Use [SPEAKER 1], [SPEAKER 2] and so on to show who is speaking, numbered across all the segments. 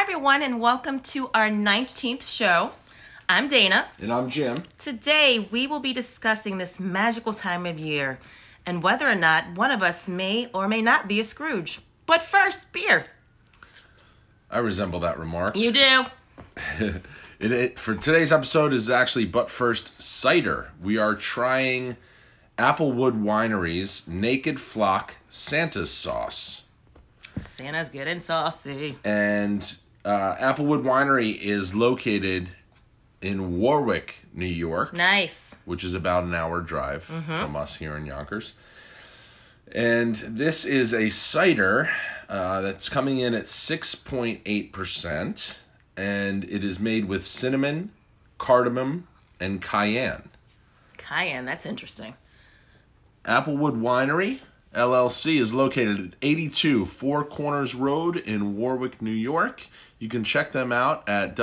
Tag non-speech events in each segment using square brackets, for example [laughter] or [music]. [SPEAKER 1] everyone, and welcome to our 19th show. I'm Dana.
[SPEAKER 2] And I'm Jim.
[SPEAKER 1] Today, we will be discussing this magical time of year and whether or not one of us may or may not be a Scrooge. But first, beer.
[SPEAKER 2] I resemble that remark.
[SPEAKER 1] You do.
[SPEAKER 2] It, it, for today's episode is actually but first cider. We are trying Applewood Winery's Naked Flock Santa's Sauce.
[SPEAKER 1] Santa's getting saucy.
[SPEAKER 2] And uh, Applewood Winery is located in Warwick, New York.
[SPEAKER 1] Nice.
[SPEAKER 2] which is about an hour drive from us here in Yonkers. And this is a cider uh, that's coming in at 6.8%, and it is made with cinnamon, cardamom, and cayenne.
[SPEAKER 1] Cayenne, that's interesting.
[SPEAKER 2] Applewood Winery LLC is located at 82 Four Corners Road in Warwick, New York. You can check them out at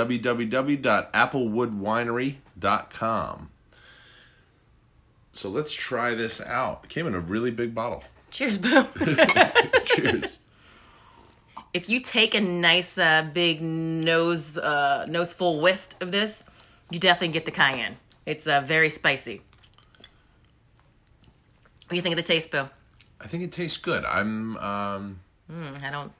[SPEAKER 2] www.applewoodwinery.com. So let's try this out. It came in a really big bottle.
[SPEAKER 1] [laughs] Cheers, boo.
[SPEAKER 2] Cheers.
[SPEAKER 1] if you take a nice, uh, big nose, uh, nose full whiff of this, you definitely get the cayenne. It's uh, very spicy. What do you think of the taste, boo?
[SPEAKER 2] I think it tastes good. I'm um
[SPEAKER 1] I don't.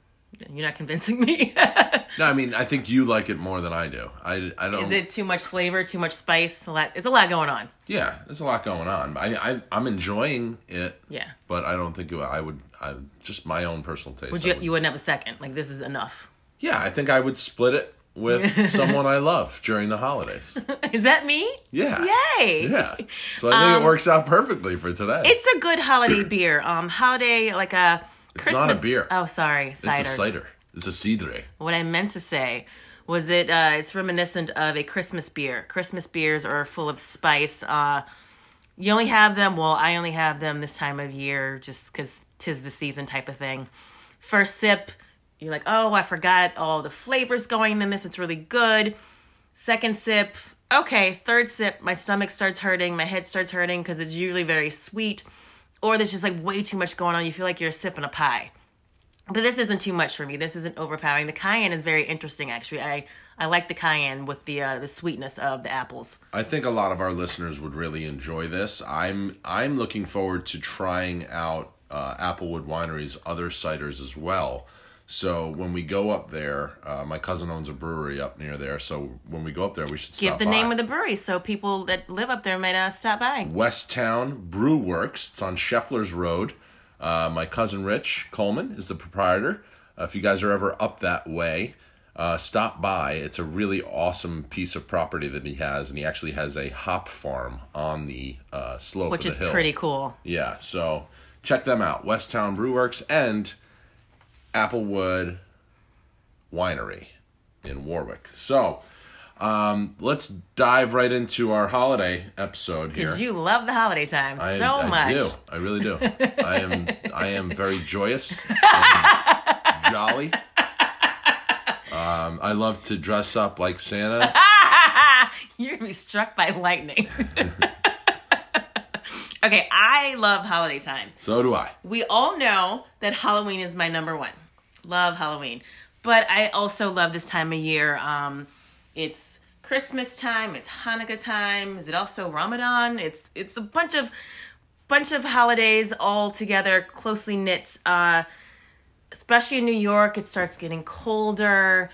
[SPEAKER 1] You're not convincing me. [laughs]
[SPEAKER 2] no, I mean, I think you like it more than I do. I I don't
[SPEAKER 1] Is it too much flavor? Too much spice? A lot. It's a lot going on.
[SPEAKER 2] Yeah, there's a lot going on. I, I I'm enjoying it.
[SPEAKER 1] Yeah.
[SPEAKER 2] But I don't think I would I just my own personal taste.
[SPEAKER 1] Would
[SPEAKER 2] I
[SPEAKER 1] you? You wouldn't have a second. Like this is enough. [laughs]
[SPEAKER 2] Yeah, I think I would split it with someone I love during the holidays.
[SPEAKER 1] Is that me?
[SPEAKER 2] Yeah.
[SPEAKER 1] Yay! [laughs]
[SPEAKER 2] Yeah. So I think it works out perfectly for today.
[SPEAKER 1] Um, It's a good holiday beer. Um, holiday like a.
[SPEAKER 2] It's not a beer.
[SPEAKER 1] Oh, sorry, cider.
[SPEAKER 2] It's a cider. It's a cidre.
[SPEAKER 1] What I meant to say was it. Uh, it's reminiscent of a Christmas beer. Christmas beers are full of spice. Uh, you only have them. Well, I only have them this time of year, just because tis the season type of thing. First sip, you're like, oh, I forgot all the flavors going in this. It's really good. Second sip, okay. Third sip, my stomach starts hurting, my head starts hurting because it's usually very sweet, or there's just like way too much going on. You feel like you're sipping a pie. But this isn't too much for me. This isn't overpowering. The cayenne is very interesting, actually. I I like the cayenne with the uh, the sweetness of the apples.
[SPEAKER 2] I think a lot of our listeners would really enjoy this. I'm I'm looking forward to trying out uh, Applewood Winery's other ciders as well. So when we go up there, uh, my cousin owns a brewery up near there. So when we go up there, we should
[SPEAKER 1] Give
[SPEAKER 2] stop
[SPEAKER 1] the
[SPEAKER 2] by.
[SPEAKER 1] name of the brewery so people that live up there might uh, stop by.
[SPEAKER 2] Westtown Brew Works. It's on Scheffler's Road. Uh, my cousin Rich Coleman is the proprietor. Uh, if you guys are ever up that way, uh, stop by. It's a really awesome piece of property that he has, and he actually has a hop farm on the uh, slope
[SPEAKER 1] Which
[SPEAKER 2] of
[SPEAKER 1] is
[SPEAKER 2] the hill.
[SPEAKER 1] pretty cool.
[SPEAKER 2] Yeah, so check them out. Westtown Brew Works and Applewood Winery in Warwick. So um, let's dive right into our holiday episode here.
[SPEAKER 1] Because you love the holiday time
[SPEAKER 2] I,
[SPEAKER 1] so
[SPEAKER 2] I
[SPEAKER 1] much. [laughs]
[SPEAKER 2] do. I really do. I am. I am very joyous, and
[SPEAKER 1] [laughs]
[SPEAKER 2] jolly. Um, I love to dress up
[SPEAKER 1] [laughs]
[SPEAKER 2] like Santa.
[SPEAKER 1] Ah, You're gonna be struck by
[SPEAKER 2] [laughs]
[SPEAKER 1] lightning. [laughs] okay, I love holiday time.
[SPEAKER 2] So do I.
[SPEAKER 1] We all know that Halloween is my number one. Love Halloween. But I also love this time of year. Um, it's Christmas time, it's Hanukkah time, is it also Ramadan? It's it's a bunch of bunch of holidays all together, closely knit. Uh, especially in New York, it starts getting colder.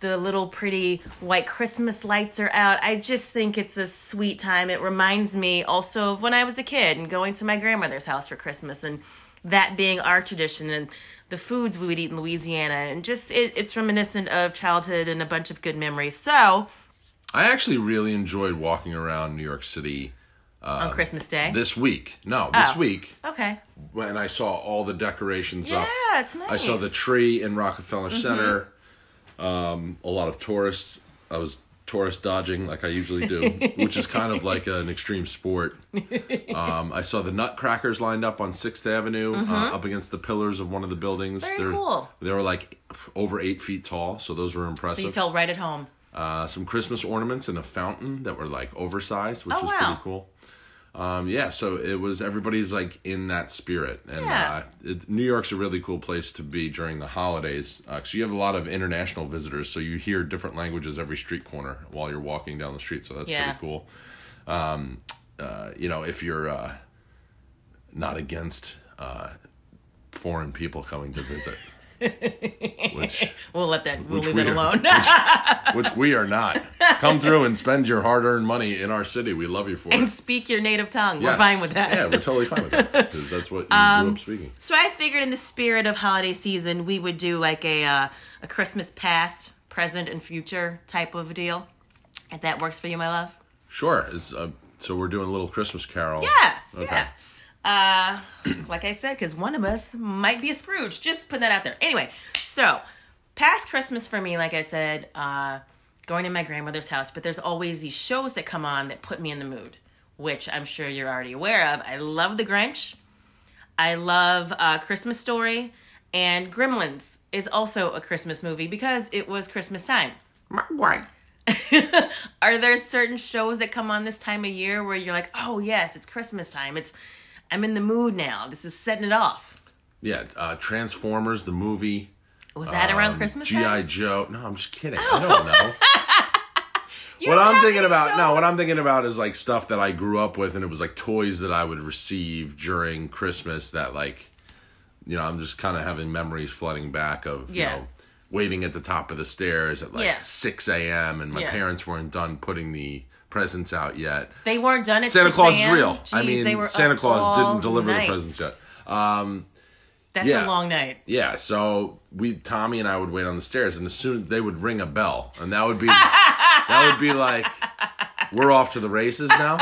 [SPEAKER 1] The little pretty white Christmas lights are out. I just think it's a sweet time. It reminds me also of when I was a kid and going to my grandmother's house for Christmas and that being our tradition and the foods we would eat in Louisiana and just it, it's reminiscent of childhood and a bunch of good memories. So
[SPEAKER 2] I actually really enjoyed walking around New York City
[SPEAKER 1] on Christmas Day.
[SPEAKER 2] Uh, this week. No, this
[SPEAKER 1] Oh.
[SPEAKER 2] week
[SPEAKER 1] okay.
[SPEAKER 2] when I saw all the decorations
[SPEAKER 1] Yeah,
[SPEAKER 2] up.
[SPEAKER 1] it's nice. Mm-hmm.
[SPEAKER 2] I saw the tree in Rockefeller Center. Um, a lot of tourists. I was tourist dodging like I usually
[SPEAKER 1] [laughs]
[SPEAKER 2] do, which is kind of like an extreme sport. Um, I saw the Nutcrackers lined up on Sixth Avenue, uh, up against the pillars of one of the buildings.
[SPEAKER 1] Mm-hmm. Very
[SPEAKER 2] They're-
[SPEAKER 1] cool.
[SPEAKER 2] They were like over eight feet tall, so those were
[SPEAKER 1] So
[SPEAKER 2] impressive.
[SPEAKER 1] you felt right at home.
[SPEAKER 2] uh, some Christmas ornaments and a fountain that were like oversized, which
[SPEAKER 1] Oh,
[SPEAKER 2] was
[SPEAKER 1] wow.
[SPEAKER 2] pretty cool. Um, yeah, so it was everybody's like in that spirit, and
[SPEAKER 1] Yeah.
[SPEAKER 2] uh, it, New York's a really cool place to be during the holidays. Uh, so you have a lot of international visitors, so you hear different languages every street corner while you're walking down the street. So that's
[SPEAKER 1] Yeah.
[SPEAKER 2] pretty cool. Um, uh, you know, if you're uh, not against uh, foreign people coming
[SPEAKER 1] [laughs]
[SPEAKER 2] to visit, which
[SPEAKER 1] We'll let that. We'll
[SPEAKER 2] Which
[SPEAKER 1] leave
[SPEAKER 2] we
[SPEAKER 1] it
[SPEAKER 2] are.
[SPEAKER 1] alone. [laughs]
[SPEAKER 2] which we are not, come through and spend your hard-earned money in our city. We love you for it.
[SPEAKER 1] and speak your native tongue. We're
[SPEAKER 2] Yes.
[SPEAKER 1] fine with that. Um,
[SPEAKER 2] Yeah, we're totally fine with that because that's what you grew up speaking.
[SPEAKER 1] So I figured, in the spirit of holiday season, we would do like a uh, a Christmas past, present, and future type of deal. If that works for you, my love.
[SPEAKER 2] Sure. Is uh, so we're doing a little Christmas Carol.
[SPEAKER 1] Yeah.
[SPEAKER 2] Okay.
[SPEAKER 1] Yeah. Uh, [clears throat] like I said, because one of us might be a Scrooge. Just putting that out there. Anyway, so past Christmas for me, like I said, uh, going to my grandmother's house, but there's always these shows that come on that put me in the mood, which I'm sure you're already aware of. I love The Grinch. I love uh, Christmas Story, and Gremlins is also a Christmas movie because it was Christmas time. Are there certain shows that come on this time of year where you're like, oh yes, it's Christmas time. It's I'm in the mood now. This is setting it off.
[SPEAKER 2] Yeah. Uh, Transformers the movie.
[SPEAKER 1] Was that around
[SPEAKER 2] um,
[SPEAKER 1] Christmas
[SPEAKER 2] G.I.
[SPEAKER 1] time? Oh.
[SPEAKER 2] Joe. No, I'm just kidding. I don't know.
[SPEAKER 1] [laughs] You
[SPEAKER 2] what
[SPEAKER 1] don't
[SPEAKER 2] I'm
[SPEAKER 1] have
[SPEAKER 2] thinking
[SPEAKER 1] any
[SPEAKER 2] about
[SPEAKER 1] shows?
[SPEAKER 2] no, what I'm thinking about is like stuff that I grew up with, and it was like toys that I would receive during Christmas. That like, you know, I'm just kind of having memories flooding back of
[SPEAKER 1] Yeah.
[SPEAKER 2] you know waiting at the top of the stairs at like
[SPEAKER 1] Yeah.
[SPEAKER 2] 6 a.m. and my
[SPEAKER 1] Yeah.
[SPEAKER 2] parents weren't done putting the presents out yet.
[SPEAKER 1] They weren't done. At
[SPEAKER 2] Santa
[SPEAKER 1] 6
[SPEAKER 2] Claus is
[SPEAKER 1] a.m.
[SPEAKER 2] real. I
[SPEAKER 1] Jeez, they were
[SPEAKER 2] mean, Santa
[SPEAKER 1] up
[SPEAKER 2] Claus
[SPEAKER 1] all
[SPEAKER 2] didn't deliver
[SPEAKER 1] night.
[SPEAKER 2] the presents yet.
[SPEAKER 1] That's a
[SPEAKER 2] Yeah.
[SPEAKER 1] long night.
[SPEAKER 2] Yeah, so we Tommy and I would wait on the stairs, and as soon as they would ring a bell, and
[SPEAKER 1] [laughs]
[SPEAKER 2] that would be that would be like we're off to the
[SPEAKER 1] [laughs]
[SPEAKER 2] races now.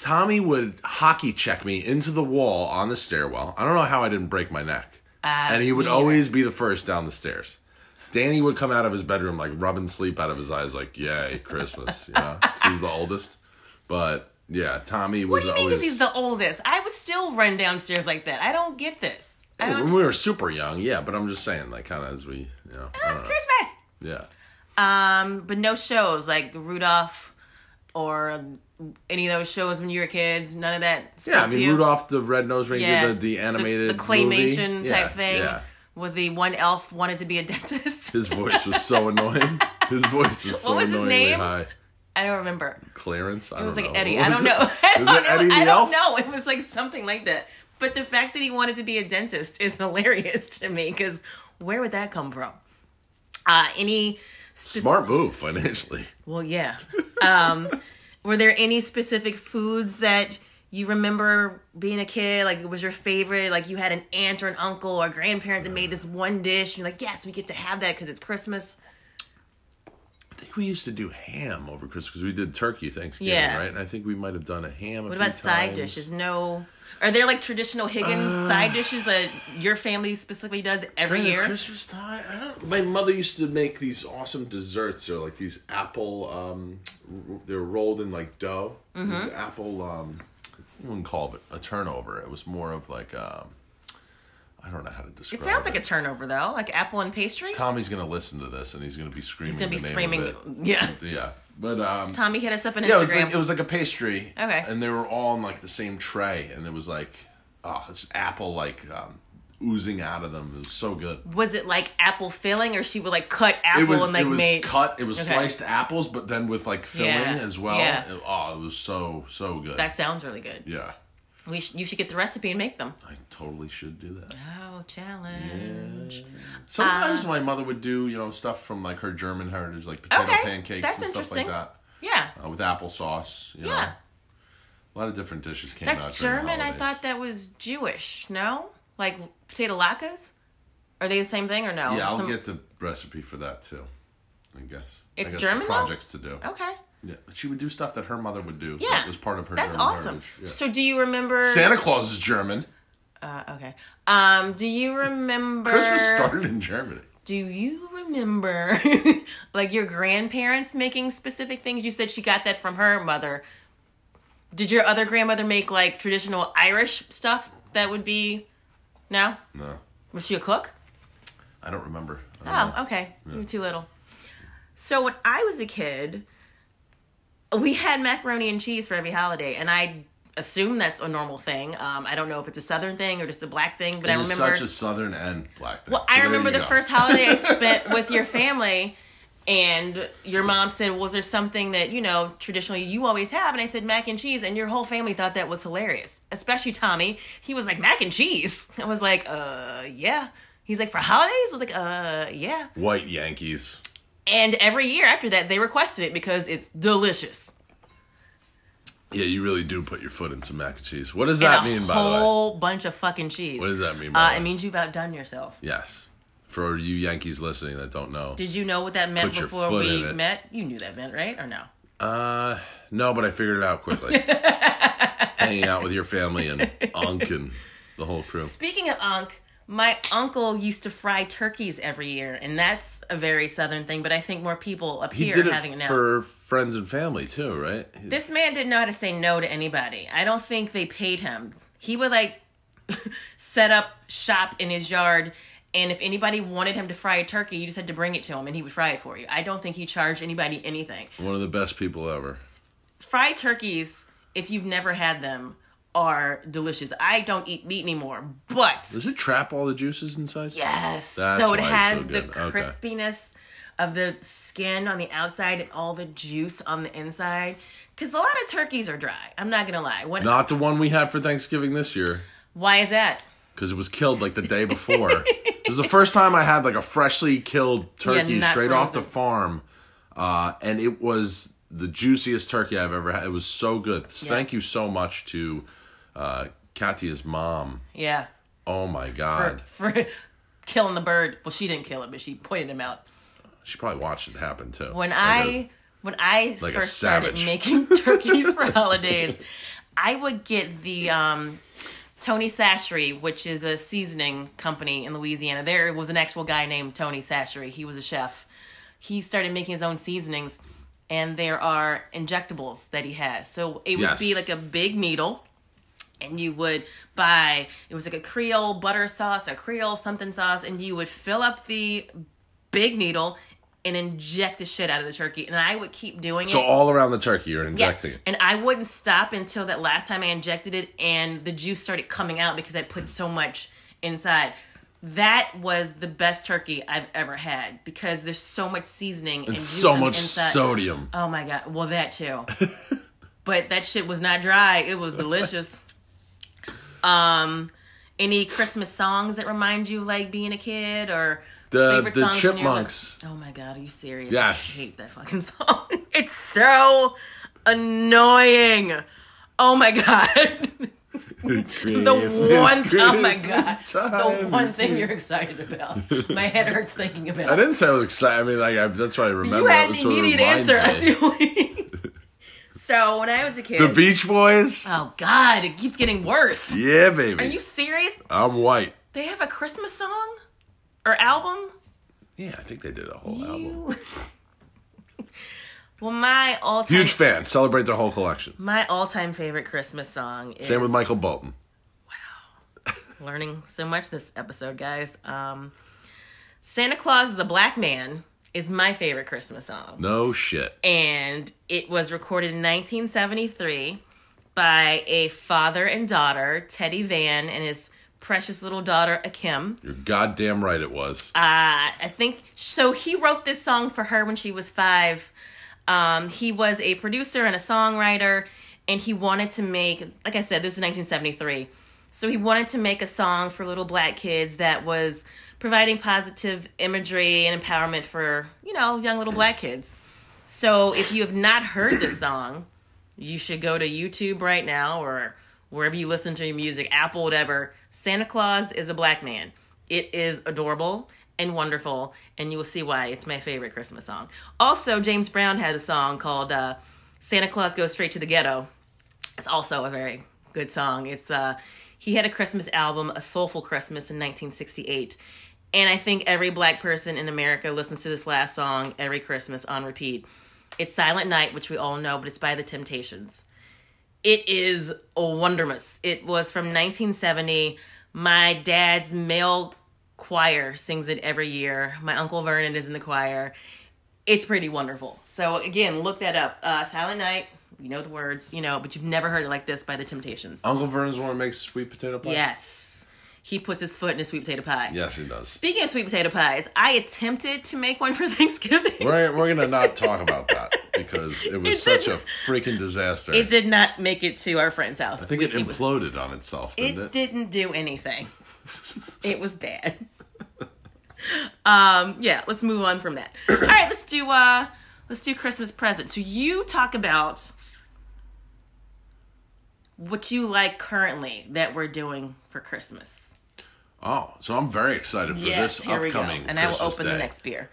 [SPEAKER 2] Tommy would hockey check me into the wall on the stairwell. I don't know how I didn't break my neck, and he would
[SPEAKER 1] Ah, me
[SPEAKER 2] always be the first down the stairs. Danny would come out of his bedroom like rubbing sleep out of his eyes, like "Yay, Christmas!"
[SPEAKER 1] [laughs]
[SPEAKER 2] You know, 'cause he's the oldest. But yeah, Tommy
[SPEAKER 1] What
[SPEAKER 2] was
[SPEAKER 1] do you mean?
[SPEAKER 2] always.
[SPEAKER 1] Because he's the oldest. I would still run downstairs like that. I don't get this. I don't.
[SPEAKER 2] when we were super young, yeah, but I'm just saying, like, kind of as we, you know, I
[SPEAKER 1] it's
[SPEAKER 2] don't know.
[SPEAKER 1] Christmas.
[SPEAKER 2] yeah.
[SPEAKER 1] Um, but no shows like Rudolph or any of those shows when you were kids. None of that. spoke
[SPEAKER 2] Yeah, I
[SPEAKER 1] to
[SPEAKER 2] mean
[SPEAKER 1] you?
[SPEAKER 2] Rudolph the Red-Nosed Reindeer, the, the animated,
[SPEAKER 1] the, claymation
[SPEAKER 2] movie.
[SPEAKER 1] type
[SPEAKER 2] Yeah,
[SPEAKER 1] thing
[SPEAKER 2] Yeah,
[SPEAKER 1] with the one elf wanted to be a [laughs] dentist.
[SPEAKER 2] his voice
[SPEAKER 1] [laughs]
[SPEAKER 2] was so annoying. His voice was so
[SPEAKER 1] What was his
[SPEAKER 2] annoyingly
[SPEAKER 1] name?
[SPEAKER 2] high.
[SPEAKER 1] I don't remember.
[SPEAKER 2] Clarence,
[SPEAKER 1] It
[SPEAKER 2] I don't
[SPEAKER 1] was like
[SPEAKER 2] know.
[SPEAKER 1] Eddie. [laughs]
[SPEAKER 2] What
[SPEAKER 1] I
[SPEAKER 2] was
[SPEAKER 1] don't
[SPEAKER 2] it?
[SPEAKER 1] know. I don't
[SPEAKER 2] Was it
[SPEAKER 1] know.
[SPEAKER 2] Eddie the
[SPEAKER 1] I
[SPEAKER 2] Elf?
[SPEAKER 1] don't know. It was like something like that. But the fact that he wanted to be a dentist is [laughs] hilarious to me because where would that come from? Uh, any?
[SPEAKER 2] Smart move financially.
[SPEAKER 1] Well,
[SPEAKER 2] [laughs]
[SPEAKER 1] yeah. Um, were there any specific foods that you remember being a kid? Like it was your favorite? Like you had an aunt or an uncle or a grandparent that made this one dish. And you're like, yes, we get to have that because it's Christmas.
[SPEAKER 2] I think we used to do ham over Christmas because we did turkey Thanksgiving,
[SPEAKER 1] Yeah.
[SPEAKER 2] right? And I think we might have done a ham. A
[SPEAKER 1] What about side dishes? No. Are there like traditional Higgins
[SPEAKER 2] Uh,
[SPEAKER 1] side dishes that your family specifically does every
[SPEAKER 2] During the
[SPEAKER 1] year?
[SPEAKER 2] Christmas time, I don't. My mother used to make these awesome desserts. They're like these apple. Um, r- they're rolled in like dough. These
[SPEAKER 1] Mm-hmm.
[SPEAKER 2] apple. Um, I wouldn't call it a turnover. It was more of like um, I don't know how to describe.
[SPEAKER 1] it sounds like a turnover though, like apple and pastry.
[SPEAKER 2] Tommy's gonna listen to this and he's gonna be screaming.
[SPEAKER 1] It's gonna be
[SPEAKER 2] the name
[SPEAKER 1] screaming.
[SPEAKER 2] Of
[SPEAKER 1] Yeah.
[SPEAKER 2] it. Yeah, but um,
[SPEAKER 1] Tommy hit us up on
[SPEAKER 2] yeah, it was
[SPEAKER 1] Instagram.
[SPEAKER 2] like it was like a pastry.
[SPEAKER 1] Okay.
[SPEAKER 2] And they were all in like the same tray, and it was like, oh, it's apple like um, oozing out of them. It was so good.
[SPEAKER 1] Was it like apple filling, or she would like cut apple
[SPEAKER 2] it was
[SPEAKER 1] and like
[SPEAKER 2] it was
[SPEAKER 1] made
[SPEAKER 2] cut. It was
[SPEAKER 1] Okay.
[SPEAKER 2] sliced apples, but then with like filling
[SPEAKER 1] Yeah,
[SPEAKER 2] as well.
[SPEAKER 1] yeah.
[SPEAKER 2] It- oh, it was so so good.
[SPEAKER 1] That sounds really good.
[SPEAKER 2] yeah,
[SPEAKER 1] We sh- you should get the recipe and make them.
[SPEAKER 2] I totally should do that.
[SPEAKER 1] Oh, challenge. Uh,
[SPEAKER 2] Sometimes my mother would do you know stuff from like her German heritage, like potato
[SPEAKER 1] Okay,
[SPEAKER 2] pancakes
[SPEAKER 1] that's
[SPEAKER 2] and stuff
[SPEAKER 1] interesting.
[SPEAKER 2] like that,
[SPEAKER 1] Yeah.
[SPEAKER 2] uh, with applesauce. You know,
[SPEAKER 1] Yeah.
[SPEAKER 2] a lot of different dishes came out.
[SPEAKER 1] That's
[SPEAKER 2] during the
[SPEAKER 1] German. I
[SPEAKER 2] holidays.
[SPEAKER 1] thought that was Jewish. No? Like potato latkes? Are they the same thing or no?
[SPEAKER 2] Yeah, I'll
[SPEAKER 1] Some-
[SPEAKER 2] get the recipe for that too. I guess I
[SPEAKER 1] It's
[SPEAKER 2] got some
[SPEAKER 1] German, though?
[SPEAKER 2] projects to do.
[SPEAKER 1] Okay.
[SPEAKER 2] Yeah, but she would do stuff that her mother would do.
[SPEAKER 1] Yeah.
[SPEAKER 2] that was part of her.
[SPEAKER 1] That's
[SPEAKER 2] German
[SPEAKER 1] awesome.
[SPEAKER 2] heritage. Yeah.
[SPEAKER 1] So do you remember
[SPEAKER 2] Santa Claus is German.
[SPEAKER 1] uh, okay. Um do you remember
[SPEAKER 2] Christmas started in Germany.
[SPEAKER 1] Do you remember [laughs] like your grandparents making specific things? You said she got that from her mother. Did your other grandmother make like traditional Irish stuff that would be no?
[SPEAKER 2] No,
[SPEAKER 1] Was she a cook?
[SPEAKER 2] I don't remember. I don't know.
[SPEAKER 1] Oh, okay. You were too little. So when I was a kid, we had macaroni and cheese for every holiday, and I assume that's a normal thing. Um, I don't know if it's a Southern thing or just a black thing, but I
[SPEAKER 2] It is
[SPEAKER 1] remember
[SPEAKER 2] such a southern and black thing.
[SPEAKER 1] Well,
[SPEAKER 2] So
[SPEAKER 1] I
[SPEAKER 2] there
[SPEAKER 1] remember
[SPEAKER 2] you
[SPEAKER 1] the
[SPEAKER 2] go.
[SPEAKER 1] first holiday I
[SPEAKER 2] [laughs]
[SPEAKER 1] spent with your family, and your mom said, "Was there something that you know traditionally you always have?" And I said, "Mac and cheese," and your whole family thought that was hilarious, especially Tommy. He was like, "Mac and cheese." [laughs] I was like, "Uh, yeah." He's like, "For holidays?" I was like, "Uh, yeah."
[SPEAKER 2] White Yankees.
[SPEAKER 1] And every year after that, they requested it because it's delicious.
[SPEAKER 2] Yeah, you really do put your foot in some mac and cheese. What does
[SPEAKER 1] And
[SPEAKER 2] that
[SPEAKER 1] a
[SPEAKER 2] mean, by the way?
[SPEAKER 1] whole bunch of fucking cheese.
[SPEAKER 2] What does that mean, by
[SPEAKER 1] Uh,
[SPEAKER 2] the
[SPEAKER 1] it
[SPEAKER 2] way?
[SPEAKER 1] means you've outdone yourself.
[SPEAKER 2] Yes. For you Yankees listening that don't know.
[SPEAKER 1] Did you know what that meant
[SPEAKER 2] Put your
[SPEAKER 1] before
[SPEAKER 2] foot
[SPEAKER 1] we
[SPEAKER 2] in it.
[SPEAKER 1] met? You knew that meant, right? Or no?
[SPEAKER 2] Uh, no, but I figured it out [laughs] quickly. Hanging out with your family and Unc and the whole crew.
[SPEAKER 1] Speaking of Unc, my uncle used to fry turkeys every year, and that's a very southern thing, but I think more people up
[SPEAKER 2] He
[SPEAKER 1] here
[SPEAKER 2] did
[SPEAKER 1] are having it
[SPEAKER 2] it
[SPEAKER 1] now.
[SPEAKER 2] for friends and family too, right?
[SPEAKER 1] this man didn't know how to say no to anybody. I don't think they paid him. He would like [laughs] set up shop in his yard, and if anybody wanted him to fry a turkey, you just had to bring it to him and he would fry it for you. I don't think he charged anybody anything.
[SPEAKER 2] One of the best people ever.
[SPEAKER 1] fried turkeys, if you've never had them, are delicious. I don't eat meat anymore, but
[SPEAKER 2] Does it trap all the juices inside?
[SPEAKER 1] yes,
[SPEAKER 2] That's
[SPEAKER 1] so it
[SPEAKER 2] why it's
[SPEAKER 1] has
[SPEAKER 2] so
[SPEAKER 1] the
[SPEAKER 2] good. Okay.
[SPEAKER 1] crispiness of the skin on the outside and all the juice on the inside. Because a lot of turkeys are dry. I'm not gonna lie. What?
[SPEAKER 2] Not the one we had for Thanksgiving this year
[SPEAKER 1] Why is that?
[SPEAKER 2] because it was killed like the day before. it was the first time I had like a freshly killed turkey
[SPEAKER 1] not
[SPEAKER 2] straight off the
[SPEAKER 1] frozen.
[SPEAKER 2] farm, uh, and it was the juiciest turkey I've ever had. It was so good. Thank you so much to uh, Katya's mom.
[SPEAKER 1] Yeah,
[SPEAKER 2] Oh my god,
[SPEAKER 1] for [laughs] killing the bird. Well, she didn't kill it, but she pointed him out.
[SPEAKER 2] she probably watched it happen too.
[SPEAKER 1] when
[SPEAKER 2] Like
[SPEAKER 1] I
[SPEAKER 2] a-
[SPEAKER 1] when I
[SPEAKER 2] like a
[SPEAKER 1] first started
[SPEAKER 2] savage.
[SPEAKER 1] making [laughs] turkeys
[SPEAKER 2] [laughs]
[SPEAKER 1] for holidays, I would get the um, Tony Sachery, which is a seasoning company in Louisiana. There was an actual guy named Tony Sachery. He was a chef. He started making his own seasonings, and there are injectables that he has. So it would
[SPEAKER 2] Yes.
[SPEAKER 1] be like a big needle and you would buy it was like a creole butter sauce a creole something sauce and you would fill up the big needle and inject the shit out of the turkey and i would keep doing
[SPEAKER 2] so
[SPEAKER 1] it
[SPEAKER 2] all around the turkey you're
[SPEAKER 1] Yeah.
[SPEAKER 2] injecting it.
[SPEAKER 1] and i wouldn't stop until that last time i injected it and the juice started coming out because i put so much inside that was the best turkey i've ever had because there's so much seasoning and, juice
[SPEAKER 2] So
[SPEAKER 1] on the
[SPEAKER 2] much
[SPEAKER 1] inside.
[SPEAKER 2] sodium.
[SPEAKER 1] oh my god well that
[SPEAKER 2] [laughs]
[SPEAKER 1] too but that shit was not dry it was delicious Um, any Christmas songs that remind you like being a kid or
[SPEAKER 2] The-
[SPEAKER 1] favorite
[SPEAKER 2] the
[SPEAKER 1] songs when you're, like-
[SPEAKER 2] Chipmunks.
[SPEAKER 1] oh my god, are you serious?
[SPEAKER 2] Yes.
[SPEAKER 1] I hate that fucking [laughs] song. It's so annoying. Oh my god. The one oh my god. The one thing you're excited about. My head hurts thinking
[SPEAKER 2] I
[SPEAKER 1] about. it.
[SPEAKER 2] didn't say I was excited. I mean, like I, that's what I remember.
[SPEAKER 1] You had
[SPEAKER 2] That's
[SPEAKER 1] an
[SPEAKER 2] what it
[SPEAKER 1] immediate
[SPEAKER 2] reminds
[SPEAKER 1] answer.
[SPEAKER 2] me.
[SPEAKER 1] [laughs] I see. so when I was a kid,
[SPEAKER 2] The Beach Boys.
[SPEAKER 1] oh god, it keeps getting worse.
[SPEAKER 2] Yeah, baby.
[SPEAKER 1] Are you serious?
[SPEAKER 2] I'm white.
[SPEAKER 1] They have a Christmas song or album?
[SPEAKER 2] Yeah, I think they did a whole album.
[SPEAKER 1] You. [laughs] well, my all-time
[SPEAKER 2] Huge fan. Celebrate their whole collection.
[SPEAKER 1] my all-time favorite Christmas song is
[SPEAKER 2] Same with Michael Bolton.
[SPEAKER 1] learning so much this episode, guys. Um, Santa Claus is a black man is my favorite Christmas song,
[SPEAKER 2] No shit.
[SPEAKER 1] and it was recorded in 1973 by a father and daughter, Teddy Van and his precious little daughter Akim.
[SPEAKER 2] You're goddamn right. It was.
[SPEAKER 1] uh, I think so. He wrote this song for her when she was five. Um, he was a producer and a songwriter, and he wanted to make, like I said, this is 1973. So he wanted to make a song for little black kids that was providing positive imagery and empowerment for, you know, young little black kids. So if you have not heard this song, you should go to YouTube right now or wherever you listen to your music, Apple, whatever. Santa Claus is a black man. It is adorable and wonderful, and you will see why it's my favorite Christmas song. Also, James Brown had a song called uh, Santa Claus Goes Straight to the Ghetto. It's also a very good song. It's uh, he had a Christmas album, A Soulful Christmas, in 1968. And I think every black person in America listens to this last song every Christmas on repeat. It's Silent Night, which we all know, but it's by The Temptations. It is wondermous. It was from 1970. My dad's male choir sings it every year. My uncle Vernon is in the choir. It's pretty wonderful. So again, look that up. Uh, Silent Night, You know the words, you know, but you've never heard it like this by the Temptations.
[SPEAKER 2] Uncle Vernon's one makes sweet potato pie.
[SPEAKER 1] Yes. He puts his foot in a sweet potato pie.
[SPEAKER 2] Yes, he does.
[SPEAKER 1] Speaking of sweet potato pies, I attempted to make one for [laughs] Thanksgiving.
[SPEAKER 2] We're we're gonna not talk about that because it was
[SPEAKER 1] It
[SPEAKER 2] such a
[SPEAKER 1] didn't-
[SPEAKER 2] freaking disaster.
[SPEAKER 1] It did not make it to our friend's house.
[SPEAKER 2] I think it imploded on itself,
[SPEAKER 1] it,
[SPEAKER 2] didn't it?
[SPEAKER 1] didn't do
[SPEAKER 2] [laughs]
[SPEAKER 1] anything. it was bad. um, yeah, let's move on from that. [clears throat] All right, let's do uh let's do Christmas presents. So you talk about what you like currently that we're doing for Christmas.
[SPEAKER 2] Oh, so I'm very excited for
[SPEAKER 1] yes,
[SPEAKER 2] this
[SPEAKER 1] here we go.
[SPEAKER 2] upcoming.
[SPEAKER 1] And I will
[SPEAKER 2] Christmas
[SPEAKER 1] open
[SPEAKER 2] Day.
[SPEAKER 1] the next beer.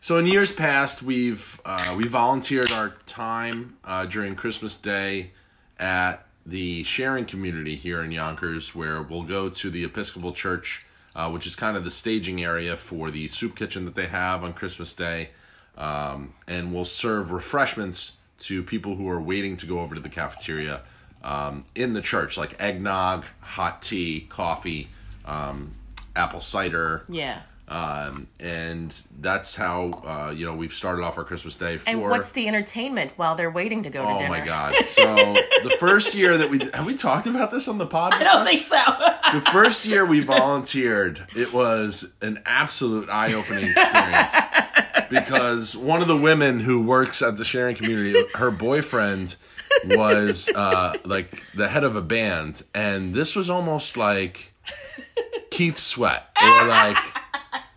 [SPEAKER 2] So in years past, we've uh, we volunteered our time uh, during Christmas Day at the sharing community here in Yonkers, where we'll go to the Episcopal Church, uh, which is kind of the staging area for the soup kitchen that they have on Christmas Day, um, and we'll serve refreshments to people who are waiting to go over to the cafeteria um, in the church, like eggnog, hot tea, coffee, um, apple cider
[SPEAKER 1] yeah.
[SPEAKER 2] um, and that's how uh, you know we've started off our Christmas Day. For,
[SPEAKER 1] And what's the entertainment while they're waiting to go to
[SPEAKER 2] oh
[SPEAKER 1] dinner?
[SPEAKER 2] my god! So the first year that we have we talked about this
[SPEAKER 1] [laughs]
[SPEAKER 2] on the
[SPEAKER 1] [laughs]
[SPEAKER 2] pod.
[SPEAKER 1] I don't think so.
[SPEAKER 2] the first year we volunteered, it was an absolute eye-opening experience because one of the women who works at the sharing community, her boyfriend was uh, like the head of a band, and this was almost like Keith Sweat or like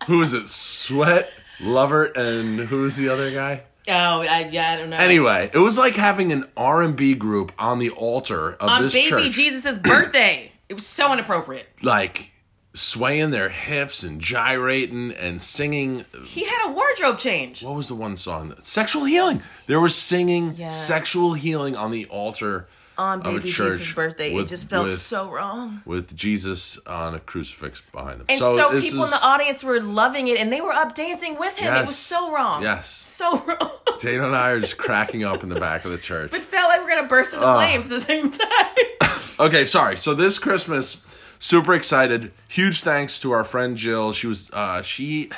[SPEAKER 2] who is it? Sweat, Lovert, and who is the other guy?
[SPEAKER 1] oh, I, yeah, I don't know.
[SPEAKER 2] Anyway, it was like having an R and B group on the altar of
[SPEAKER 1] On
[SPEAKER 2] this
[SPEAKER 1] baby
[SPEAKER 2] church
[SPEAKER 1] Jesus' birthday. It was so inappropriate.
[SPEAKER 2] like swaying their hips and gyrating and singing
[SPEAKER 1] He had a wardrobe change.
[SPEAKER 2] what was the one song sexual healing there was singing
[SPEAKER 1] Yeah.
[SPEAKER 2] sexual healing on the altar
[SPEAKER 1] on
[SPEAKER 2] of a
[SPEAKER 1] baby
[SPEAKER 2] church
[SPEAKER 1] Jesus' birthday.
[SPEAKER 2] with-
[SPEAKER 1] it just felt
[SPEAKER 2] with-
[SPEAKER 1] so wrong.
[SPEAKER 2] with jesus on a crucifix behind them
[SPEAKER 1] And so,
[SPEAKER 2] this
[SPEAKER 1] people
[SPEAKER 2] is
[SPEAKER 1] in the audience were loving it, and they were up dancing with him. it
[SPEAKER 2] Yes.
[SPEAKER 1] was so wrong.
[SPEAKER 2] Yes.
[SPEAKER 1] so wrong. [laughs]
[SPEAKER 2] dana and i are just cracking up in the back of the church
[SPEAKER 1] it felt like we were gonna burst into flames at the same time.
[SPEAKER 2] okay, sorry. So this Christmas, super excited. Huge thanks to our friend Jill. She was uh, she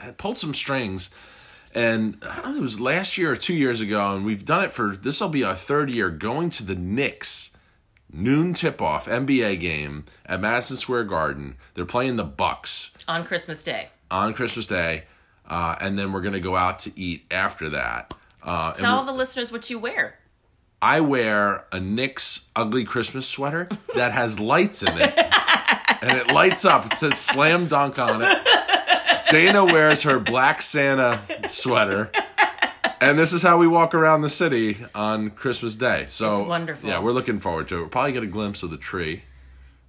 [SPEAKER 2] had pulled some strings, and I don't know it was last year or two years ago, and we've done it for this will be our third year going to the Knicks noon tip off NBA game at Madison Square Garden. They're playing the Bucks
[SPEAKER 1] [laughs] on Christmas Day,
[SPEAKER 2] on Christmas Day, uh, and then we're gonna go out to eat after that. Uh, and
[SPEAKER 1] tell the listeners what you wear.
[SPEAKER 2] I wear a Knicks ugly Christmas sweater that has lights in it. and it lights up. It says slam dunk on it. Dana wears her black Santa sweater. And this is how we walk around the city on Christmas Day. So
[SPEAKER 1] It's wonderful.
[SPEAKER 2] Yeah, we're looking forward to it. We'll probably get a glimpse of the tree.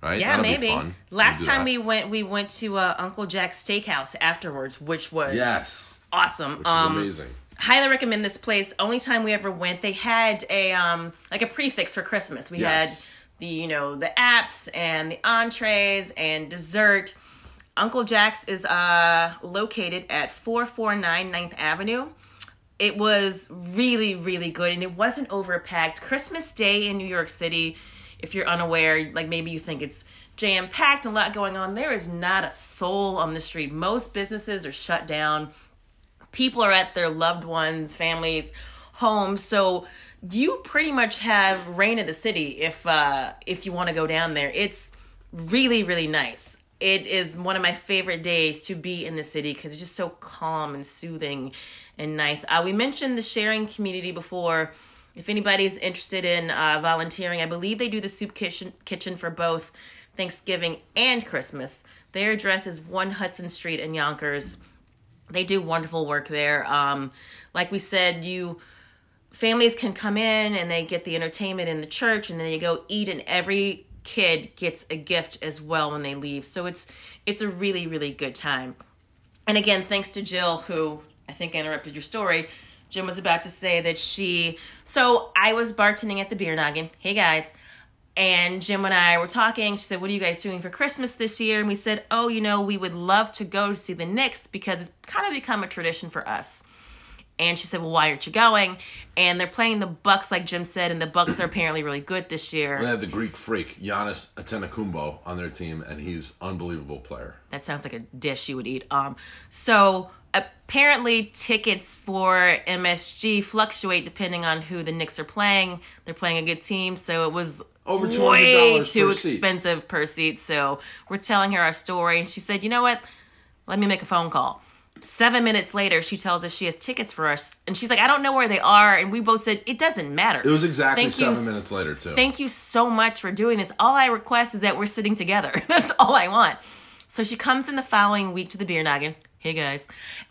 [SPEAKER 2] Right?
[SPEAKER 1] Yeah,
[SPEAKER 2] That'll
[SPEAKER 1] maybe.
[SPEAKER 2] be fun.
[SPEAKER 1] Last
[SPEAKER 2] We'll do
[SPEAKER 1] time
[SPEAKER 2] that.
[SPEAKER 1] we went, we went to uh, Uncle Jack's Steakhouse afterwards, which was
[SPEAKER 2] Yes.
[SPEAKER 1] awesome.
[SPEAKER 2] This is
[SPEAKER 1] um,
[SPEAKER 2] amazing.
[SPEAKER 1] highly recommend this place. Only time we ever went, they had a um like a prefix for Christmas. We
[SPEAKER 2] Yes.
[SPEAKER 1] had the you know the apps and the entrees and dessert. Uncle Jack's is uh located at 449 9th Avenue. It was really really good and it wasn't overpacked. Christmas Day in New York City, if you're unaware, like maybe you think it's jam packed, a lot going on. There is not a soul on the street. Most businesses are shut down people are at their loved ones, families, homes. So you pretty much have reign of the city if uh, if you want to go down there. It's really really nice. It is one of my favorite days to be in the city because it's just so calm and soothing and nice. Uh, we mentioned the sharing community before. If anybody's interested in uh, volunteering, I believe they do the soup kitchen kitchen for both Thanksgiving and Christmas. Their address is One Hudson Street in Yonkers they do wonderful work there um like we said you families can come in and they get the entertainment in the church and then you go eat and every kid gets a gift as well when they leave so it's it's a really really good time and again thanks to jill who i think interrupted your story jim was about to say that she so i was bartending at the beer noggin hey guys and Jim and I were talking. She said, What are you guys doing for Christmas this year? And we said, Oh, you know, we would love to go to see the Knicks because it's kind of become a tradition for us. And she said, Well, why aren't you going? And they're playing the Bucks, like Jim said, and the Bucks are apparently really good this
[SPEAKER 2] They
[SPEAKER 1] year.
[SPEAKER 2] have the Greek freak, Giannis Atenakumbo, on their team, and he's unbelievable player.
[SPEAKER 1] That sounds like a dish you would eat. Um, so apparently tickets for MSG fluctuate depending on who the Knicks are playing. They're playing a good team, so it was
[SPEAKER 2] Over
[SPEAKER 1] way
[SPEAKER 2] $200
[SPEAKER 1] too
[SPEAKER 2] per seat.
[SPEAKER 1] expensive per seat. So we're telling her our story, and she said, "You know what? Let me make a phone call." Seven minutes later, she tells us she has tickets for us, and she's like, "I don't know where they are," and we both said, "It doesn't matter."
[SPEAKER 2] It was exactly
[SPEAKER 1] Thank you
[SPEAKER 2] seven minutes later too.
[SPEAKER 1] thank you so much for doing this. All I request is that we're sitting together. [laughs] That's all I want. So she comes in the following week to the beer noggin. Hey guys.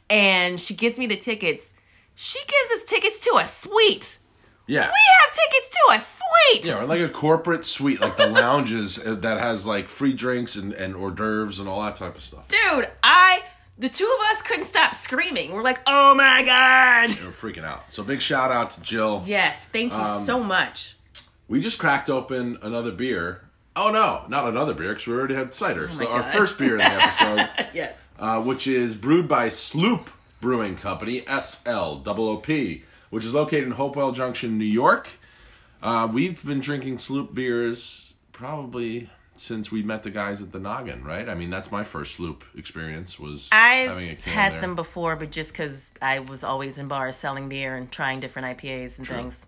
[SPEAKER 1] And she gives me the tickets. She gives us tickets to a suite.
[SPEAKER 2] yeah.
[SPEAKER 1] We have tickets to a suite.
[SPEAKER 2] Yeah, or like a corporate suite, like the lounges uh, that has like free drinks and, and hors d'oeuvres and all that type of stuff.
[SPEAKER 1] Dude, I the two of us couldn't stop screaming. We're like, oh my God.
[SPEAKER 2] They were freaking out. So big shout out to Jill.
[SPEAKER 1] Yes, thank you
[SPEAKER 2] Um,
[SPEAKER 1] so much.
[SPEAKER 2] We just cracked open another beer. Oh no, not another beer because we already had cider. so our
[SPEAKER 1] God.
[SPEAKER 2] first beer in the episode,
[SPEAKER 1] Yes.
[SPEAKER 2] uh, which is brewed by Sloop Brewing Company (SLOOP), which is located in Hopewell Junction, New York. Uh, we've been drinking Sloop beers probably since we met the guys at the Noggin, right? I mean, that's my first Sloop experience was having a
[SPEAKER 1] I've
[SPEAKER 2] can
[SPEAKER 1] had
[SPEAKER 2] there.
[SPEAKER 1] them before, but just because I was always in bars selling beer and trying different IPAs and things.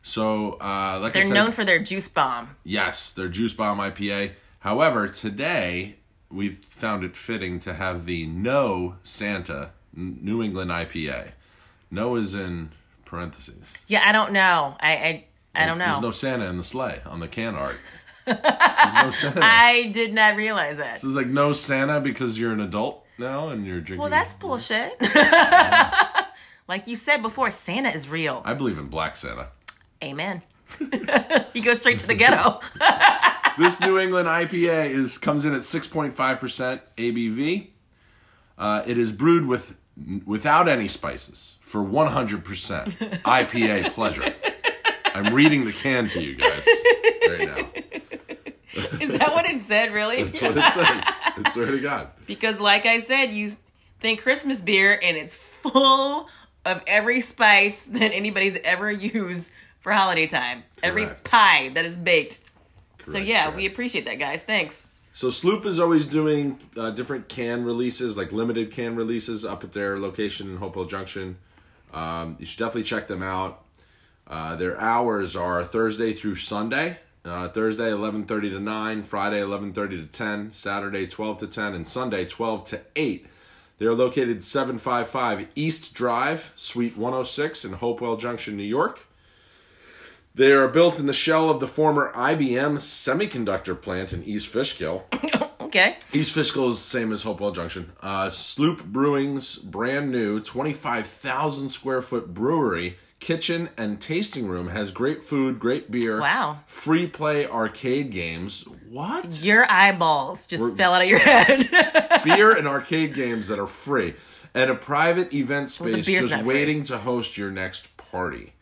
[SPEAKER 2] So, uh, like I
[SPEAKER 1] They're
[SPEAKER 2] said,
[SPEAKER 1] known for their juice bomb.
[SPEAKER 2] Yes, their Juice Bomb IPA. However, today we found it fitting to have the No Santa N- New England IPA. No is in parentheses.
[SPEAKER 1] Yeah, I don't know. I I, I don't know.
[SPEAKER 2] There's no Santa in the sleigh on the
[SPEAKER 1] [laughs]
[SPEAKER 2] can art. There's no Santa.
[SPEAKER 1] I did not realize that.
[SPEAKER 2] this is like no Santa because you're an adult now and you're drinking.
[SPEAKER 1] Well, that's bullshit. [laughs] like you said before, Santa is real.
[SPEAKER 2] I believe in Black Santa.
[SPEAKER 1] Amen. [laughs] he goes straight to the ghetto. [laughs]
[SPEAKER 2] this New England IPA is comes in at 6.5% ABV. Uh, it is brewed with without any spices for 100% IPA pleasure. I'm reading the can to you guys right now.
[SPEAKER 1] is that what it said, really?
[SPEAKER 2] That's what it says. I swear to God.
[SPEAKER 1] [laughs] Because, like I said, you think Christmas beer and it's full of every spice that anybody's ever used for holiday time, every
[SPEAKER 2] Correct.
[SPEAKER 1] pie that is baked. so,
[SPEAKER 2] Correct,
[SPEAKER 1] yeah,
[SPEAKER 2] correct.
[SPEAKER 1] we appreciate that, guys. Thanks.
[SPEAKER 2] So Sloop is always doing uh, different can releases, like limited can releases, up at their location in Hopewell Junction. Um, you should definitely check them out. Uh, their hours are Thursday through Sunday. Uh, Thursday eleven thirty to nine, Friday eleven thirty to ten, Saturday twelve to ten, and Sunday twelve to eight. They are located seven five five East Drive, Suite one hundred six in Hopewell Junction, New York. They are built in the shell of the former IBM semiconductor plant in East Fishkill.
[SPEAKER 1] Okay.
[SPEAKER 2] East Fishkill is same as Hopewell Junction. Uh, Sloop Brewing's brand new 25,000 square foot brewery, kitchen, and tasting room has great food, great beer.
[SPEAKER 1] Wow.
[SPEAKER 2] Free play arcade games.
[SPEAKER 1] [laughs]
[SPEAKER 2] What?
[SPEAKER 1] Your eyeballs just fell out of your [laughs] head.
[SPEAKER 2] beer and arcade games that are free. And a private event space
[SPEAKER 1] beer's
[SPEAKER 2] just
[SPEAKER 1] not free.
[SPEAKER 2] waiting to host your next party.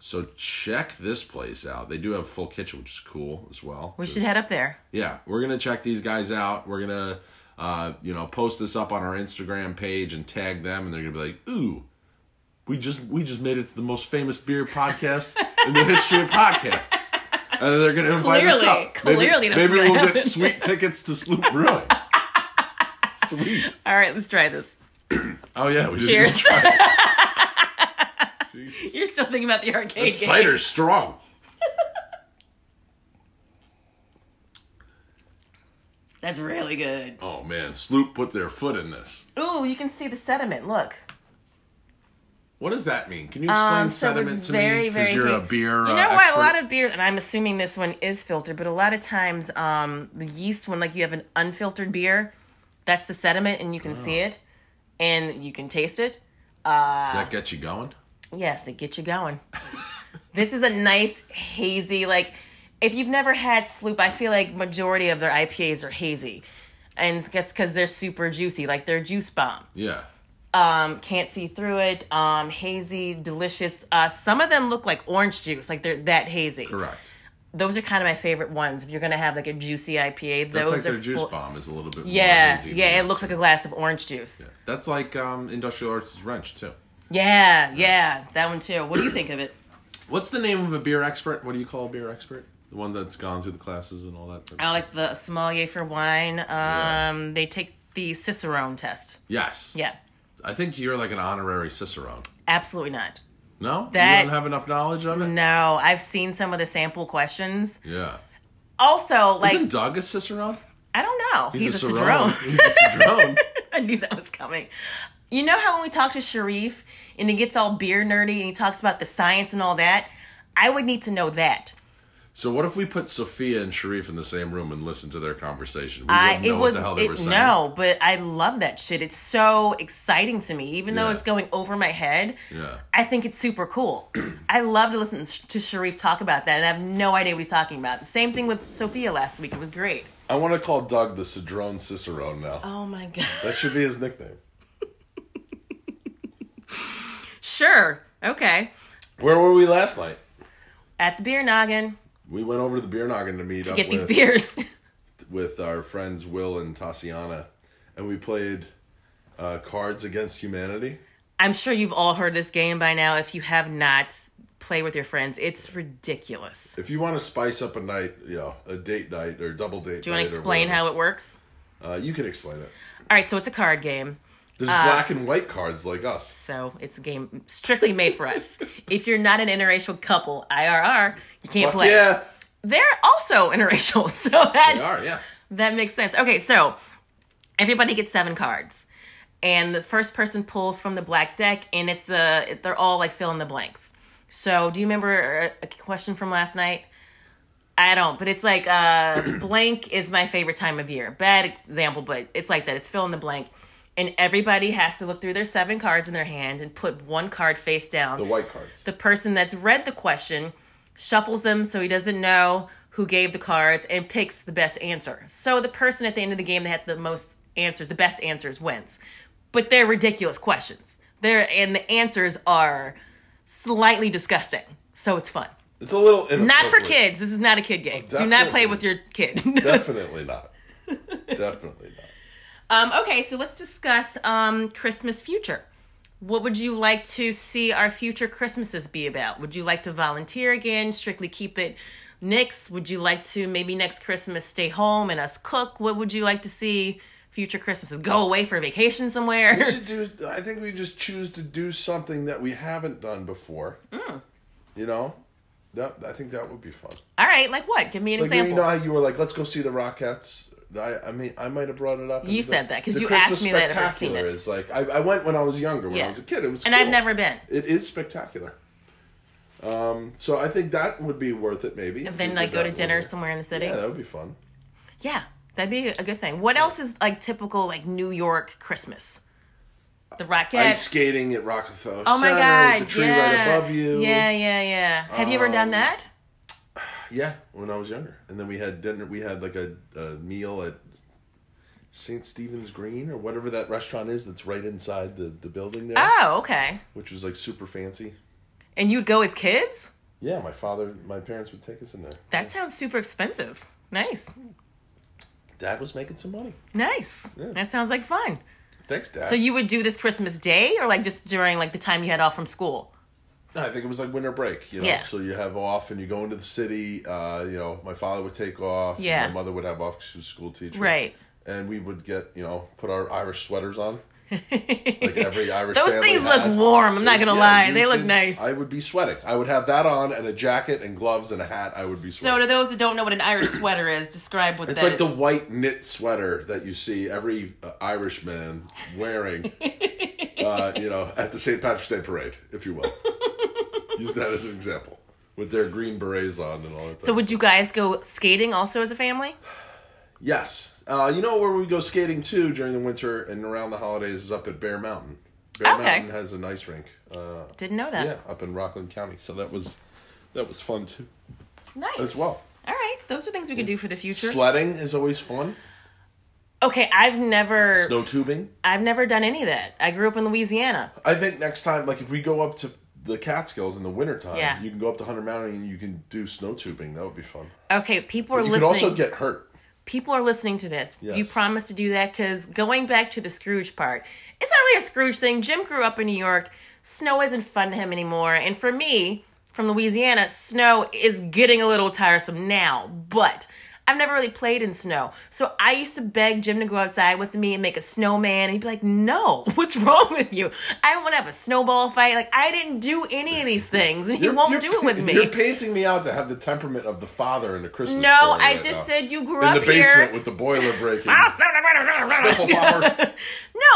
[SPEAKER 2] So check this place out. They do have a full kitchen, which is cool as well.
[SPEAKER 1] we should head up there.
[SPEAKER 2] yeah we're gonna check these guys out we're gonna uh, you know post this up on our instagram page and tag them and they're gonna be like ooh we just we just made it to the most famous beer podcast in the history of podcasts and they're gonna invite us
[SPEAKER 1] Clearly,
[SPEAKER 2] up
[SPEAKER 1] clearly
[SPEAKER 2] maybe,
[SPEAKER 1] that's
[SPEAKER 2] maybe
[SPEAKER 1] what
[SPEAKER 2] we'll
[SPEAKER 1] happened.
[SPEAKER 2] get sweet tickets to sloop brewing
[SPEAKER 1] [laughs]
[SPEAKER 2] sweet
[SPEAKER 1] All right, let's try this.
[SPEAKER 2] oh yeah we didn't
[SPEAKER 1] Cheers.
[SPEAKER 2] even
[SPEAKER 1] [laughs]
[SPEAKER 2] try it.
[SPEAKER 1] You're still thinking about the arcade game.
[SPEAKER 2] cider's strong
[SPEAKER 1] That's really good.
[SPEAKER 2] oh man sloop put their foot in this
[SPEAKER 1] Ooh, you can see the sediment. Look.
[SPEAKER 2] what does that mean? Can you explain
[SPEAKER 1] Um, so
[SPEAKER 2] sediment
[SPEAKER 1] it's
[SPEAKER 2] to
[SPEAKER 1] very,
[SPEAKER 2] me?
[SPEAKER 1] very
[SPEAKER 2] Because you're a
[SPEAKER 1] big.
[SPEAKER 2] beer.
[SPEAKER 1] You
[SPEAKER 2] uh,
[SPEAKER 1] know what?
[SPEAKER 2] expert.
[SPEAKER 1] A lot of beer, and I'm assuming this one is filtered, but a lot of times um, the yeast, when like you have an unfiltered beer, that's the sediment, and you can see
[SPEAKER 2] Oh.
[SPEAKER 1] it, and you can taste it.
[SPEAKER 2] Does that get you going?
[SPEAKER 1] Yes, it gets you going. [laughs] this is a nice hazy like if you've never had Sloop, I feel like majority of their IPAs are hazy. And that's because they're super juicy, like they're juice bomb.
[SPEAKER 2] Yeah.
[SPEAKER 1] Um, can't see through it. Um, hazy, delicious. Uh, some of them look like orange juice, like they're that hazy.
[SPEAKER 2] Correct.
[SPEAKER 1] Those are kind of my favorite ones. If you're gonna have like a juicy IPA,
[SPEAKER 2] That's
[SPEAKER 1] those
[SPEAKER 2] like
[SPEAKER 1] are
[SPEAKER 2] their juice
[SPEAKER 1] full-
[SPEAKER 2] bomb is a little bit more
[SPEAKER 1] Yeah,
[SPEAKER 2] hazy than
[SPEAKER 1] yeah. It
[SPEAKER 2] this.
[SPEAKER 1] looks like a glass of orange juice.
[SPEAKER 2] That's like um, Industrial Arts Wrench too.
[SPEAKER 1] Yeah, yeah, that one too. What do you think of it?
[SPEAKER 2] What's the name of a beer expert? What do you call a beer expert? The one that's gone through the classes and all that. type of-
[SPEAKER 1] I like the sommelier for wine. Um,
[SPEAKER 2] Yeah.
[SPEAKER 1] they take the Cicerone test.
[SPEAKER 2] yes.
[SPEAKER 1] Yeah,
[SPEAKER 2] I think you're like an honorary Cicerone.
[SPEAKER 1] Absolutely not.
[SPEAKER 2] No,
[SPEAKER 1] That-
[SPEAKER 2] you don't have enough knowledge of it.
[SPEAKER 1] No, I've seen some of the sample questions.
[SPEAKER 2] Yeah,
[SPEAKER 1] Also, like
[SPEAKER 2] isn't Doug a Cicerone?
[SPEAKER 1] I don't know. He's, a, Cicerone.
[SPEAKER 2] [laughs] He's
[SPEAKER 1] [laughs]
[SPEAKER 2] a Cicerone.
[SPEAKER 1] I knew that was coming. You know how when we talk to Sharif and he gets all beer nerdy and he talks about the science and all that? I would need to know that.
[SPEAKER 2] so what if we put Sophia and Sharif in the same room and listen to their conversation? We
[SPEAKER 1] I
[SPEAKER 2] wouldn't know what the hell they
[SPEAKER 1] it-
[SPEAKER 2] were saying.
[SPEAKER 1] no, but I love that shit. It's so exciting to me, even though
[SPEAKER 2] Yeah.
[SPEAKER 1] it's going over my head.
[SPEAKER 2] Yeah.
[SPEAKER 1] I think it's super cool. [clears throat] I love to listen to Sharif talk about that, and I have no idea what he's talking about. The same thing with Sophia last week; it was great.
[SPEAKER 2] I want to call Doug the Cicerone Cicerone now.
[SPEAKER 1] Oh my [laughs] god!
[SPEAKER 2] That should be his nickname.
[SPEAKER 1] Sure, okay.
[SPEAKER 2] Where were we last night?
[SPEAKER 1] At the beer noggin,
[SPEAKER 2] We went over to the beer noggin to meet up
[SPEAKER 1] get these
[SPEAKER 2] with,
[SPEAKER 1] beers. [laughs]
[SPEAKER 2] with our friends Will and Tasiana, and we played uh, Cards Against Humanity.
[SPEAKER 1] I'm sure you've all heard this game by now. If you have not, play with your friends. It's ridiculous.
[SPEAKER 2] If you want to spice up a night, you know, a date night or double date.
[SPEAKER 1] Do you want to explain how Uh, it works?
[SPEAKER 2] Uh, you can explain it.
[SPEAKER 1] All right, so it's a card game.
[SPEAKER 2] There's black and white cards like us.
[SPEAKER 1] So it's a game strictly made for
[SPEAKER 2] [laughs]
[SPEAKER 1] us. if you're not an interracial couple, IRR, you can't
[SPEAKER 2] Fuck
[SPEAKER 1] play.
[SPEAKER 2] yeah,
[SPEAKER 1] They're also interracial, [laughs] so
[SPEAKER 2] they
[SPEAKER 1] that
[SPEAKER 2] are. Yes.
[SPEAKER 1] that makes sense. Okay, so everybody gets seven cards, and the first person pulls from the black deck, and it's a they're all like fill in the blanks. So do you remember a a question from last night? I don't, but it's like uh, [clears throat] blank is my favorite time of year. Bad example, but it's like that. It's fill in the blank. And everybody has to look through their seven cards in their hand and put one card face down
[SPEAKER 2] The white cards.
[SPEAKER 1] the person that's read the question shuffles them so he doesn't know who gave the cards and picks the best answer. So the person at the end of the game that had the most answers, the best answers, wins. But they're ridiculous questions. They're and the answers are slightly disgusting. So it's fun.
[SPEAKER 2] It's a little
[SPEAKER 1] Not for
[SPEAKER 2] inappropriate.
[SPEAKER 1] kids. This is not a kid game. Do not play
[SPEAKER 2] Definitely.
[SPEAKER 1] with your kid. [laughs]
[SPEAKER 2] Definitely not. Definitely not.
[SPEAKER 1] um, okay, so let's discuss um, Christmas future. What would you like to see our future Christmases be about? Would you like to volunteer again? Strictly keep it Nick's? Would you like to maybe next Christmas stay home and us cook? What would you like to see future Christmases? Go away for a vacation somewhere?
[SPEAKER 2] We should do. I think we just choose to do something that we haven't done before.
[SPEAKER 1] Mm.
[SPEAKER 2] You know, that I think that would be fun.
[SPEAKER 1] [laughs] All right, like what? Give me an
[SPEAKER 2] Like you
[SPEAKER 1] example.
[SPEAKER 2] know how you were like, let's go see the Rockettes. I, I mean, I might have brought it up. in
[SPEAKER 1] You
[SPEAKER 2] the-
[SPEAKER 1] said that 'cause
[SPEAKER 2] the
[SPEAKER 1] you
[SPEAKER 2] Christmas
[SPEAKER 1] asked me that if I've seen
[SPEAKER 2] Spectacular
[SPEAKER 1] it.
[SPEAKER 2] is like I, I went when I was younger, when
[SPEAKER 1] Yeah.
[SPEAKER 2] I was a kid. It was
[SPEAKER 1] and I've
[SPEAKER 2] cool.
[SPEAKER 1] never been.
[SPEAKER 2] It is spectacular. Um, so I think that would be worth it, maybe. if
[SPEAKER 1] And
[SPEAKER 2] we
[SPEAKER 1] then
[SPEAKER 2] did
[SPEAKER 1] like go to
[SPEAKER 2] that
[SPEAKER 1] dinner
[SPEAKER 2] one year.
[SPEAKER 1] somewhere in the city.
[SPEAKER 2] Yeah, that would be fun.
[SPEAKER 1] Yeah, that'd be a good thing. What else is like typical like New York Christmas? The
[SPEAKER 2] Ice
[SPEAKER 1] Rockettes.
[SPEAKER 2] skating at Rockefeller
[SPEAKER 1] Oh my
[SPEAKER 2] Center
[SPEAKER 1] god!
[SPEAKER 2] with the tree
[SPEAKER 1] yeah.
[SPEAKER 2] right above you. Um,
[SPEAKER 1] Yeah, yeah, yeah. Have you ever done that?
[SPEAKER 2] Yeah, when I was younger, and then we had dinner. We had like a, a meal at St. Stephen's Green or whatever that restaurant is that's right inside the, the building there,
[SPEAKER 1] Oh, okay.
[SPEAKER 2] which was like super fancy.
[SPEAKER 1] And you'd go as kids?
[SPEAKER 2] Yeah, my father, my parents would take us in there.
[SPEAKER 1] That sounds super expensive. Nice,
[SPEAKER 2] Dad was making some money.
[SPEAKER 1] nice. That sounds like fun.
[SPEAKER 2] Thanks, Dad.
[SPEAKER 1] So you would do this Christmas Day, or like just during like the time you had off from school?
[SPEAKER 2] No, I think it was like winter break, you know.
[SPEAKER 1] Yeah.
[SPEAKER 2] So you have off and you go into the city. Uh, you know, my father would take off. and
[SPEAKER 1] Yeah.
[SPEAKER 2] my mother would have off 'cause she was a school teacher.
[SPEAKER 1] Right.
[SPEAKER 2] And we would get you know put our Irish sweaters on.
[SPEAKER 1] [laughs]
[SPEAKER 2] like every Irish.
[SPEAKER 1] Those
[SPEAKER 2] family
[SPEAKER 1] things look
[SPEAKER 2] had.
[SPEAKER 1] warm, I'm not gonna
[SPEAKER 2] Yeah,
[SPEAKER 1] lie.
[SPEAKER 2] you
[SPEAKER 1] They look
[SPEAKER 2] could-
[SPEAKER 1] nice.
[SPEAKER 2] I would be sweating. I would have that on and a jacket and gloves and a hat. I would be
[SPEAKER 1] So
[SPEAKER 2] sweating.
[SPEAKER 1] to those that don't know what an Irish sweater is, describe what
[SPEAKER 2] it's
[SPEAKER 1] that
[SPEAKER 2] like the white knit sweater that you see every uh, Irishman
[SPEAKER 1] [laughs]
[SPEAKER 2] wearing, uh, you know, at the St. Patrick's Day parade, if you will. Use that as an example with their green berets on and all that.
[SPEAKER 1] So would you guys go skating also as a family?
[SPEAKER 2] Yes. Uh, you know where we go skating too during the winter and around the holidays is up at Bear Mountain. Bear
[SPEAKER 1] Okay.
[SPEAKER 2] Mountain has an ice rink. Uh,
[SPEAKER 1] Didn't know that.
[SPEAKER 2] yeah, up in Rockland County. So that was that was fun too
[SPEAKER 1] Nice.
[SPEAKER 2] as well.
[SPEAKER 1] All right, those are things we could do for the future.
[SPEAKER 2] Sledding is always fun.
[SPEAKER 1] okay, I've never,
[SPEAKER 2] Snow tubing.
[SPEAKER 1] I've never done any of that. I grew up in Louisiana.
[SPEAKER 2] I think next time, like if we go up to the Catskills in the wintertime,
[SPEAKER 1] Yeah.
[SPEAKER 2] you can go up to Hunter Mountain and you can do snow tubing. That would be fun.
[SPEAKER 1] Okay, people are
[SPEAKER 2] You
[SPEAKER 1] listening.
[SPEAKER 2] could also get hurt.
[SPEAKER 1] people are listening to this. You
[SPEAKER 2] Yes.
[SPEAKER 1] promised to do that because going back to the Scrooge part, it's not really a Scrooge thing. Jim grew up in New York. Snow isn't fun to him anymore. And for me, from Louisiana, snow is getting a little tiresome now. But I've never really played in snow. So I used to beg Jim to go outside with me and make a snowman. And he'd be like, no, [laughs] what's wrong with you? I don't want to have a snowball fight. Like, I didn't do any of these things. And he
[SPEAKER 2] You're-
[SPEAKER 1] won't
[SPEAKER 2] you're-
[SPEAKER 1] do it with me.
[SPEAKER 2] You're painting me out to have the temperament of the father in the Christmas
[SPEAKER 1] No,
[SPEAKER 2] story
[SPEAKER 1] I
[SPEAKER 2] right
[SPEAKER 1] just
[SPEAKER 2] now.
[SPEAKER 1] said you grew
[SPEAKER 2] in
[SPEAKER 1] up
[SPEAKER 2] the basement
[SPEAKER 1] here. Ah,
[SPEAKER 2] with the boiler breaking. [laughs] Sniffle
[SPEAKER 1] no, [laughs]
[SPEAKER 2] power.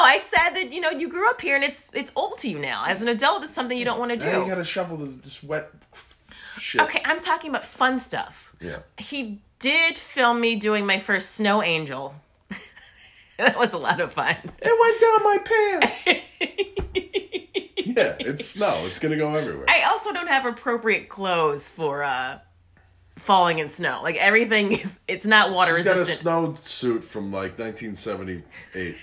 [SPEAKER 1] I said that you know you grew up here and it's it's old to you now. As an adult, it's something you don't want to do.
[SPEAKER 2] Now you gotta shovel this, this wet shit.
[SPEAKER 1] Okay, I'm talking about fun stuff.
[SPEAKER 2] Yeah.
[SPEAKER 1] He did film me doing my first snow angel. [laughs] that was a lot of fun.
[SPEAKER 2] It
[SPEAKER 1] [laughs]
[SPEAKER 2] went down my pants. yeah, it's snow. It's gonna go everywhere.
[SPEAKER 1] I also don't have appropriate clothes for uh falling in snow. Like everything is it's not water
[SPEAKER 2] She's got a
[SPEAKER 1] resistant.
[SPEAKER 2] snow suit from like 1978.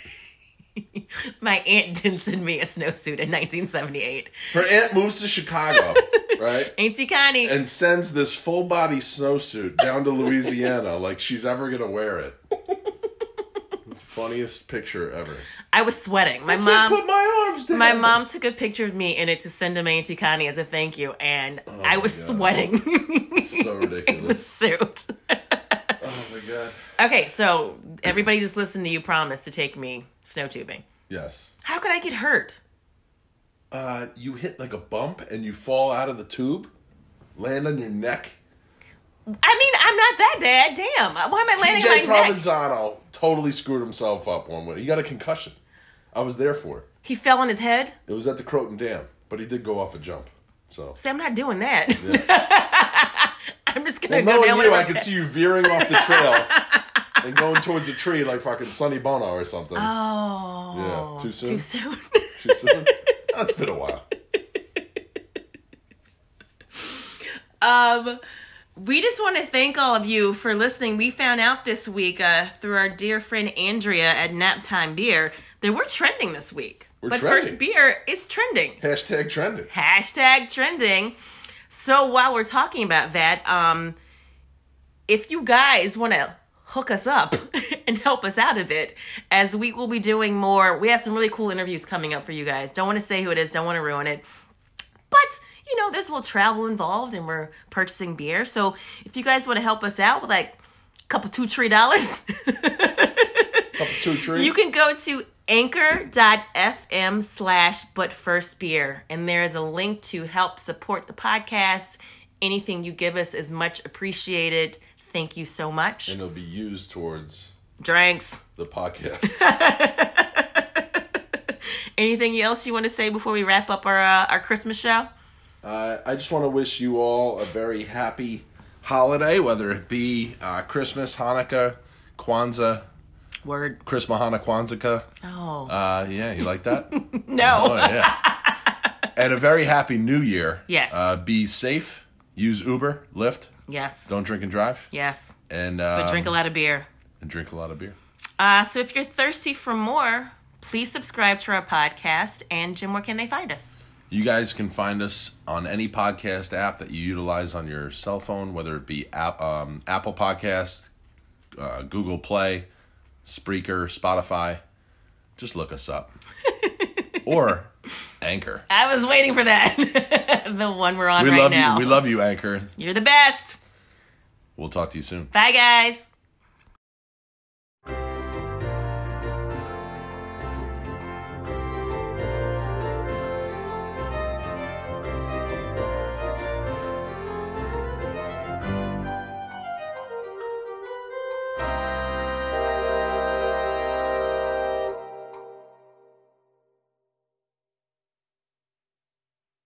[SPEAKER 1] My aunt [laughs] did send me a snowsuit in 1978.
[SPEAKER 2] Her aunt moves to Chicago, right?
[SPEAKER 1] Auntie Connie.
[SPEAKER 2] And sends this full body snowsuit down to Louisiana like she's ever gonna wear it. Funniest picture ever.
[SPEAKER 1] I was sweating. My
[SPEAKER 2] I
[SPEAKER 1] mom
[SPEAKER 2] can't put my arms down.
[SPEAKER 1] My mom took a picture of me in it to send to my Auntie Connie as a thank you, and I was
[SPEAKER 2] Oh God.
[SPEAKER 1] sweating [laughs]
[SPEAKER 2] So
[SPEAKER 1] in [laughs] the
[SPEAKER 2] ridiculous.
[SPEAKER 1] suit.
[SPEAKER 2] Oh my god.
[SPEAKER 1] okay, so everybody just listen to you promise to take me snow tubing.
[SPEAKER 2] Yes.
[SPEAKER 1] How could I get hurt?
[SPEAKER 2] Uh, you hit like a bump and you fall out of the tube, land on your neck.
[SPEAKER 1] I mean, I'm not that bad. Damn. Why am I landing
[SPEAKER 2] DJ
[SPEAKER 1] on my neck?
[SPEAKER 2] Provenzano totally screwed himself up one way. He got a concussion. I was there for it.
[SPEAKER 1] He fell on his head.
[SPEAKER 2] It was at the Croton Dam, but he did go off a jump. So.
[SPEAKER 1] See, I'm not doing that. [laughs] I'm just gonna
[SPEAKER 2] Well, knowing
[SPEAKER 1] go down
[SPEAKER 2] you,
[SPEAKER 1] with
[SPEAKER 2] I
[SPEAKER 1] my
[SPEAKER 2] could
[SPEAKER 1] head.
[SPEAKER 2] see you veering off the trail and going towards a tree like fucking Sonny Bono or something.
[SPEAKER 1] Oh,
[SPEAKER 2] Yeah, too soon?
[SPEAKER 1] Too soon.
[SPEAKER 2] Too soon? That's been a while.
[SPEAKER 1] Um, we just want to thank all of you for listening. We found out this week uh, through our dear friend Andrea at Naptime Beer that we're trending this week.
[SPEAKER 2] We're
[SPEAKER 1] but
[SPEAKER 2] trending.
[SPEAKER 1] first beer is trending.
[SPEAKER 2] Hashtag trending.
[SPEAKER 1] Hashtag trending. So while we're talking about that, um, if you guys want to hook us up [laughs] and help us out of it, as we will be doing more, we have some really cool interviews coming up for you guys. Don't want to say who it is, don't want to ruin it. But you know, there's a little travel involved, and we're purchasing beer. So if you guys want to help us out with like a couple two three dollars,
[SPEAKER 2] Up to a tree.
[SPEAKER 1] you can go to anchor.fm slash but first beer and there is a link to help support the podcast. Anything you give us is much appreciated. Thank you so much.
[SPEAKER 2] and it'll be used towards
[SPEAKER 1] Drinks.
[SPEAKER 2] the podcast.
[SPEAKER 1] Anything else you want to say before we wrap up our uh, our Christmas show?
[SPEAKER 2] uh, I just want to wish you all a very happy holiday, whether it be uh, Christmas, Hanukkah, Kwanzaa,
[SPEAKER 1] Word.
[SPEAKER 2] Chris Mahana Kwanzaa.
[SPEAKER 1] Oh.
[SPEAKER 2] Uh, yeah, you
[SPEAKER 1] [laughs]
[SPEAKER 2] like that?
[SPEAKER 1] no.
[SPEAKER 2] Oh yeah. and a very happy New Year.
[SPEAKER 1] Yes.
[SPEAKER 2] Uh, be safe. Use Uber, Lyft.
[SPEAKER 1] yes.
[SPEAKER 2] Don't drink and drive.
[SPEAKER 1] Yes.
[SPEAKER 2] And uh,
[SPEAKER 1] Drink a lot of beer.
[SPEAKER 2] and drink a lot of beer.
[SPEAKER 1] Uh, so if you're thirsty for more, please subscribe to our podcast. And Jim, where can they find us?
[SPEAKER 2] You guys can find us on any podcast app that you utilize on your cell phone, whether it be app, um, Apple Podcast, uh, Google Play, Spreaker, Spotify. Just look
[SPEAKER 1] [laughs]
[SPEAKER 2] us up. or Anchor.
[SPEAKER 1] I was waiting for that. [laughs] the one we're on
[SPEAKER 2] We
[SPEAKER 1] right
[SPEAKER 2] love
[SPEAKER 1] now.
[SPEAKER 2] you. We love you, Anchor.
[SPEAKER 1] You're the best.
[SPEAKER 2] We'll talk to you soon.
[SPEAKER 1] Bye, guys.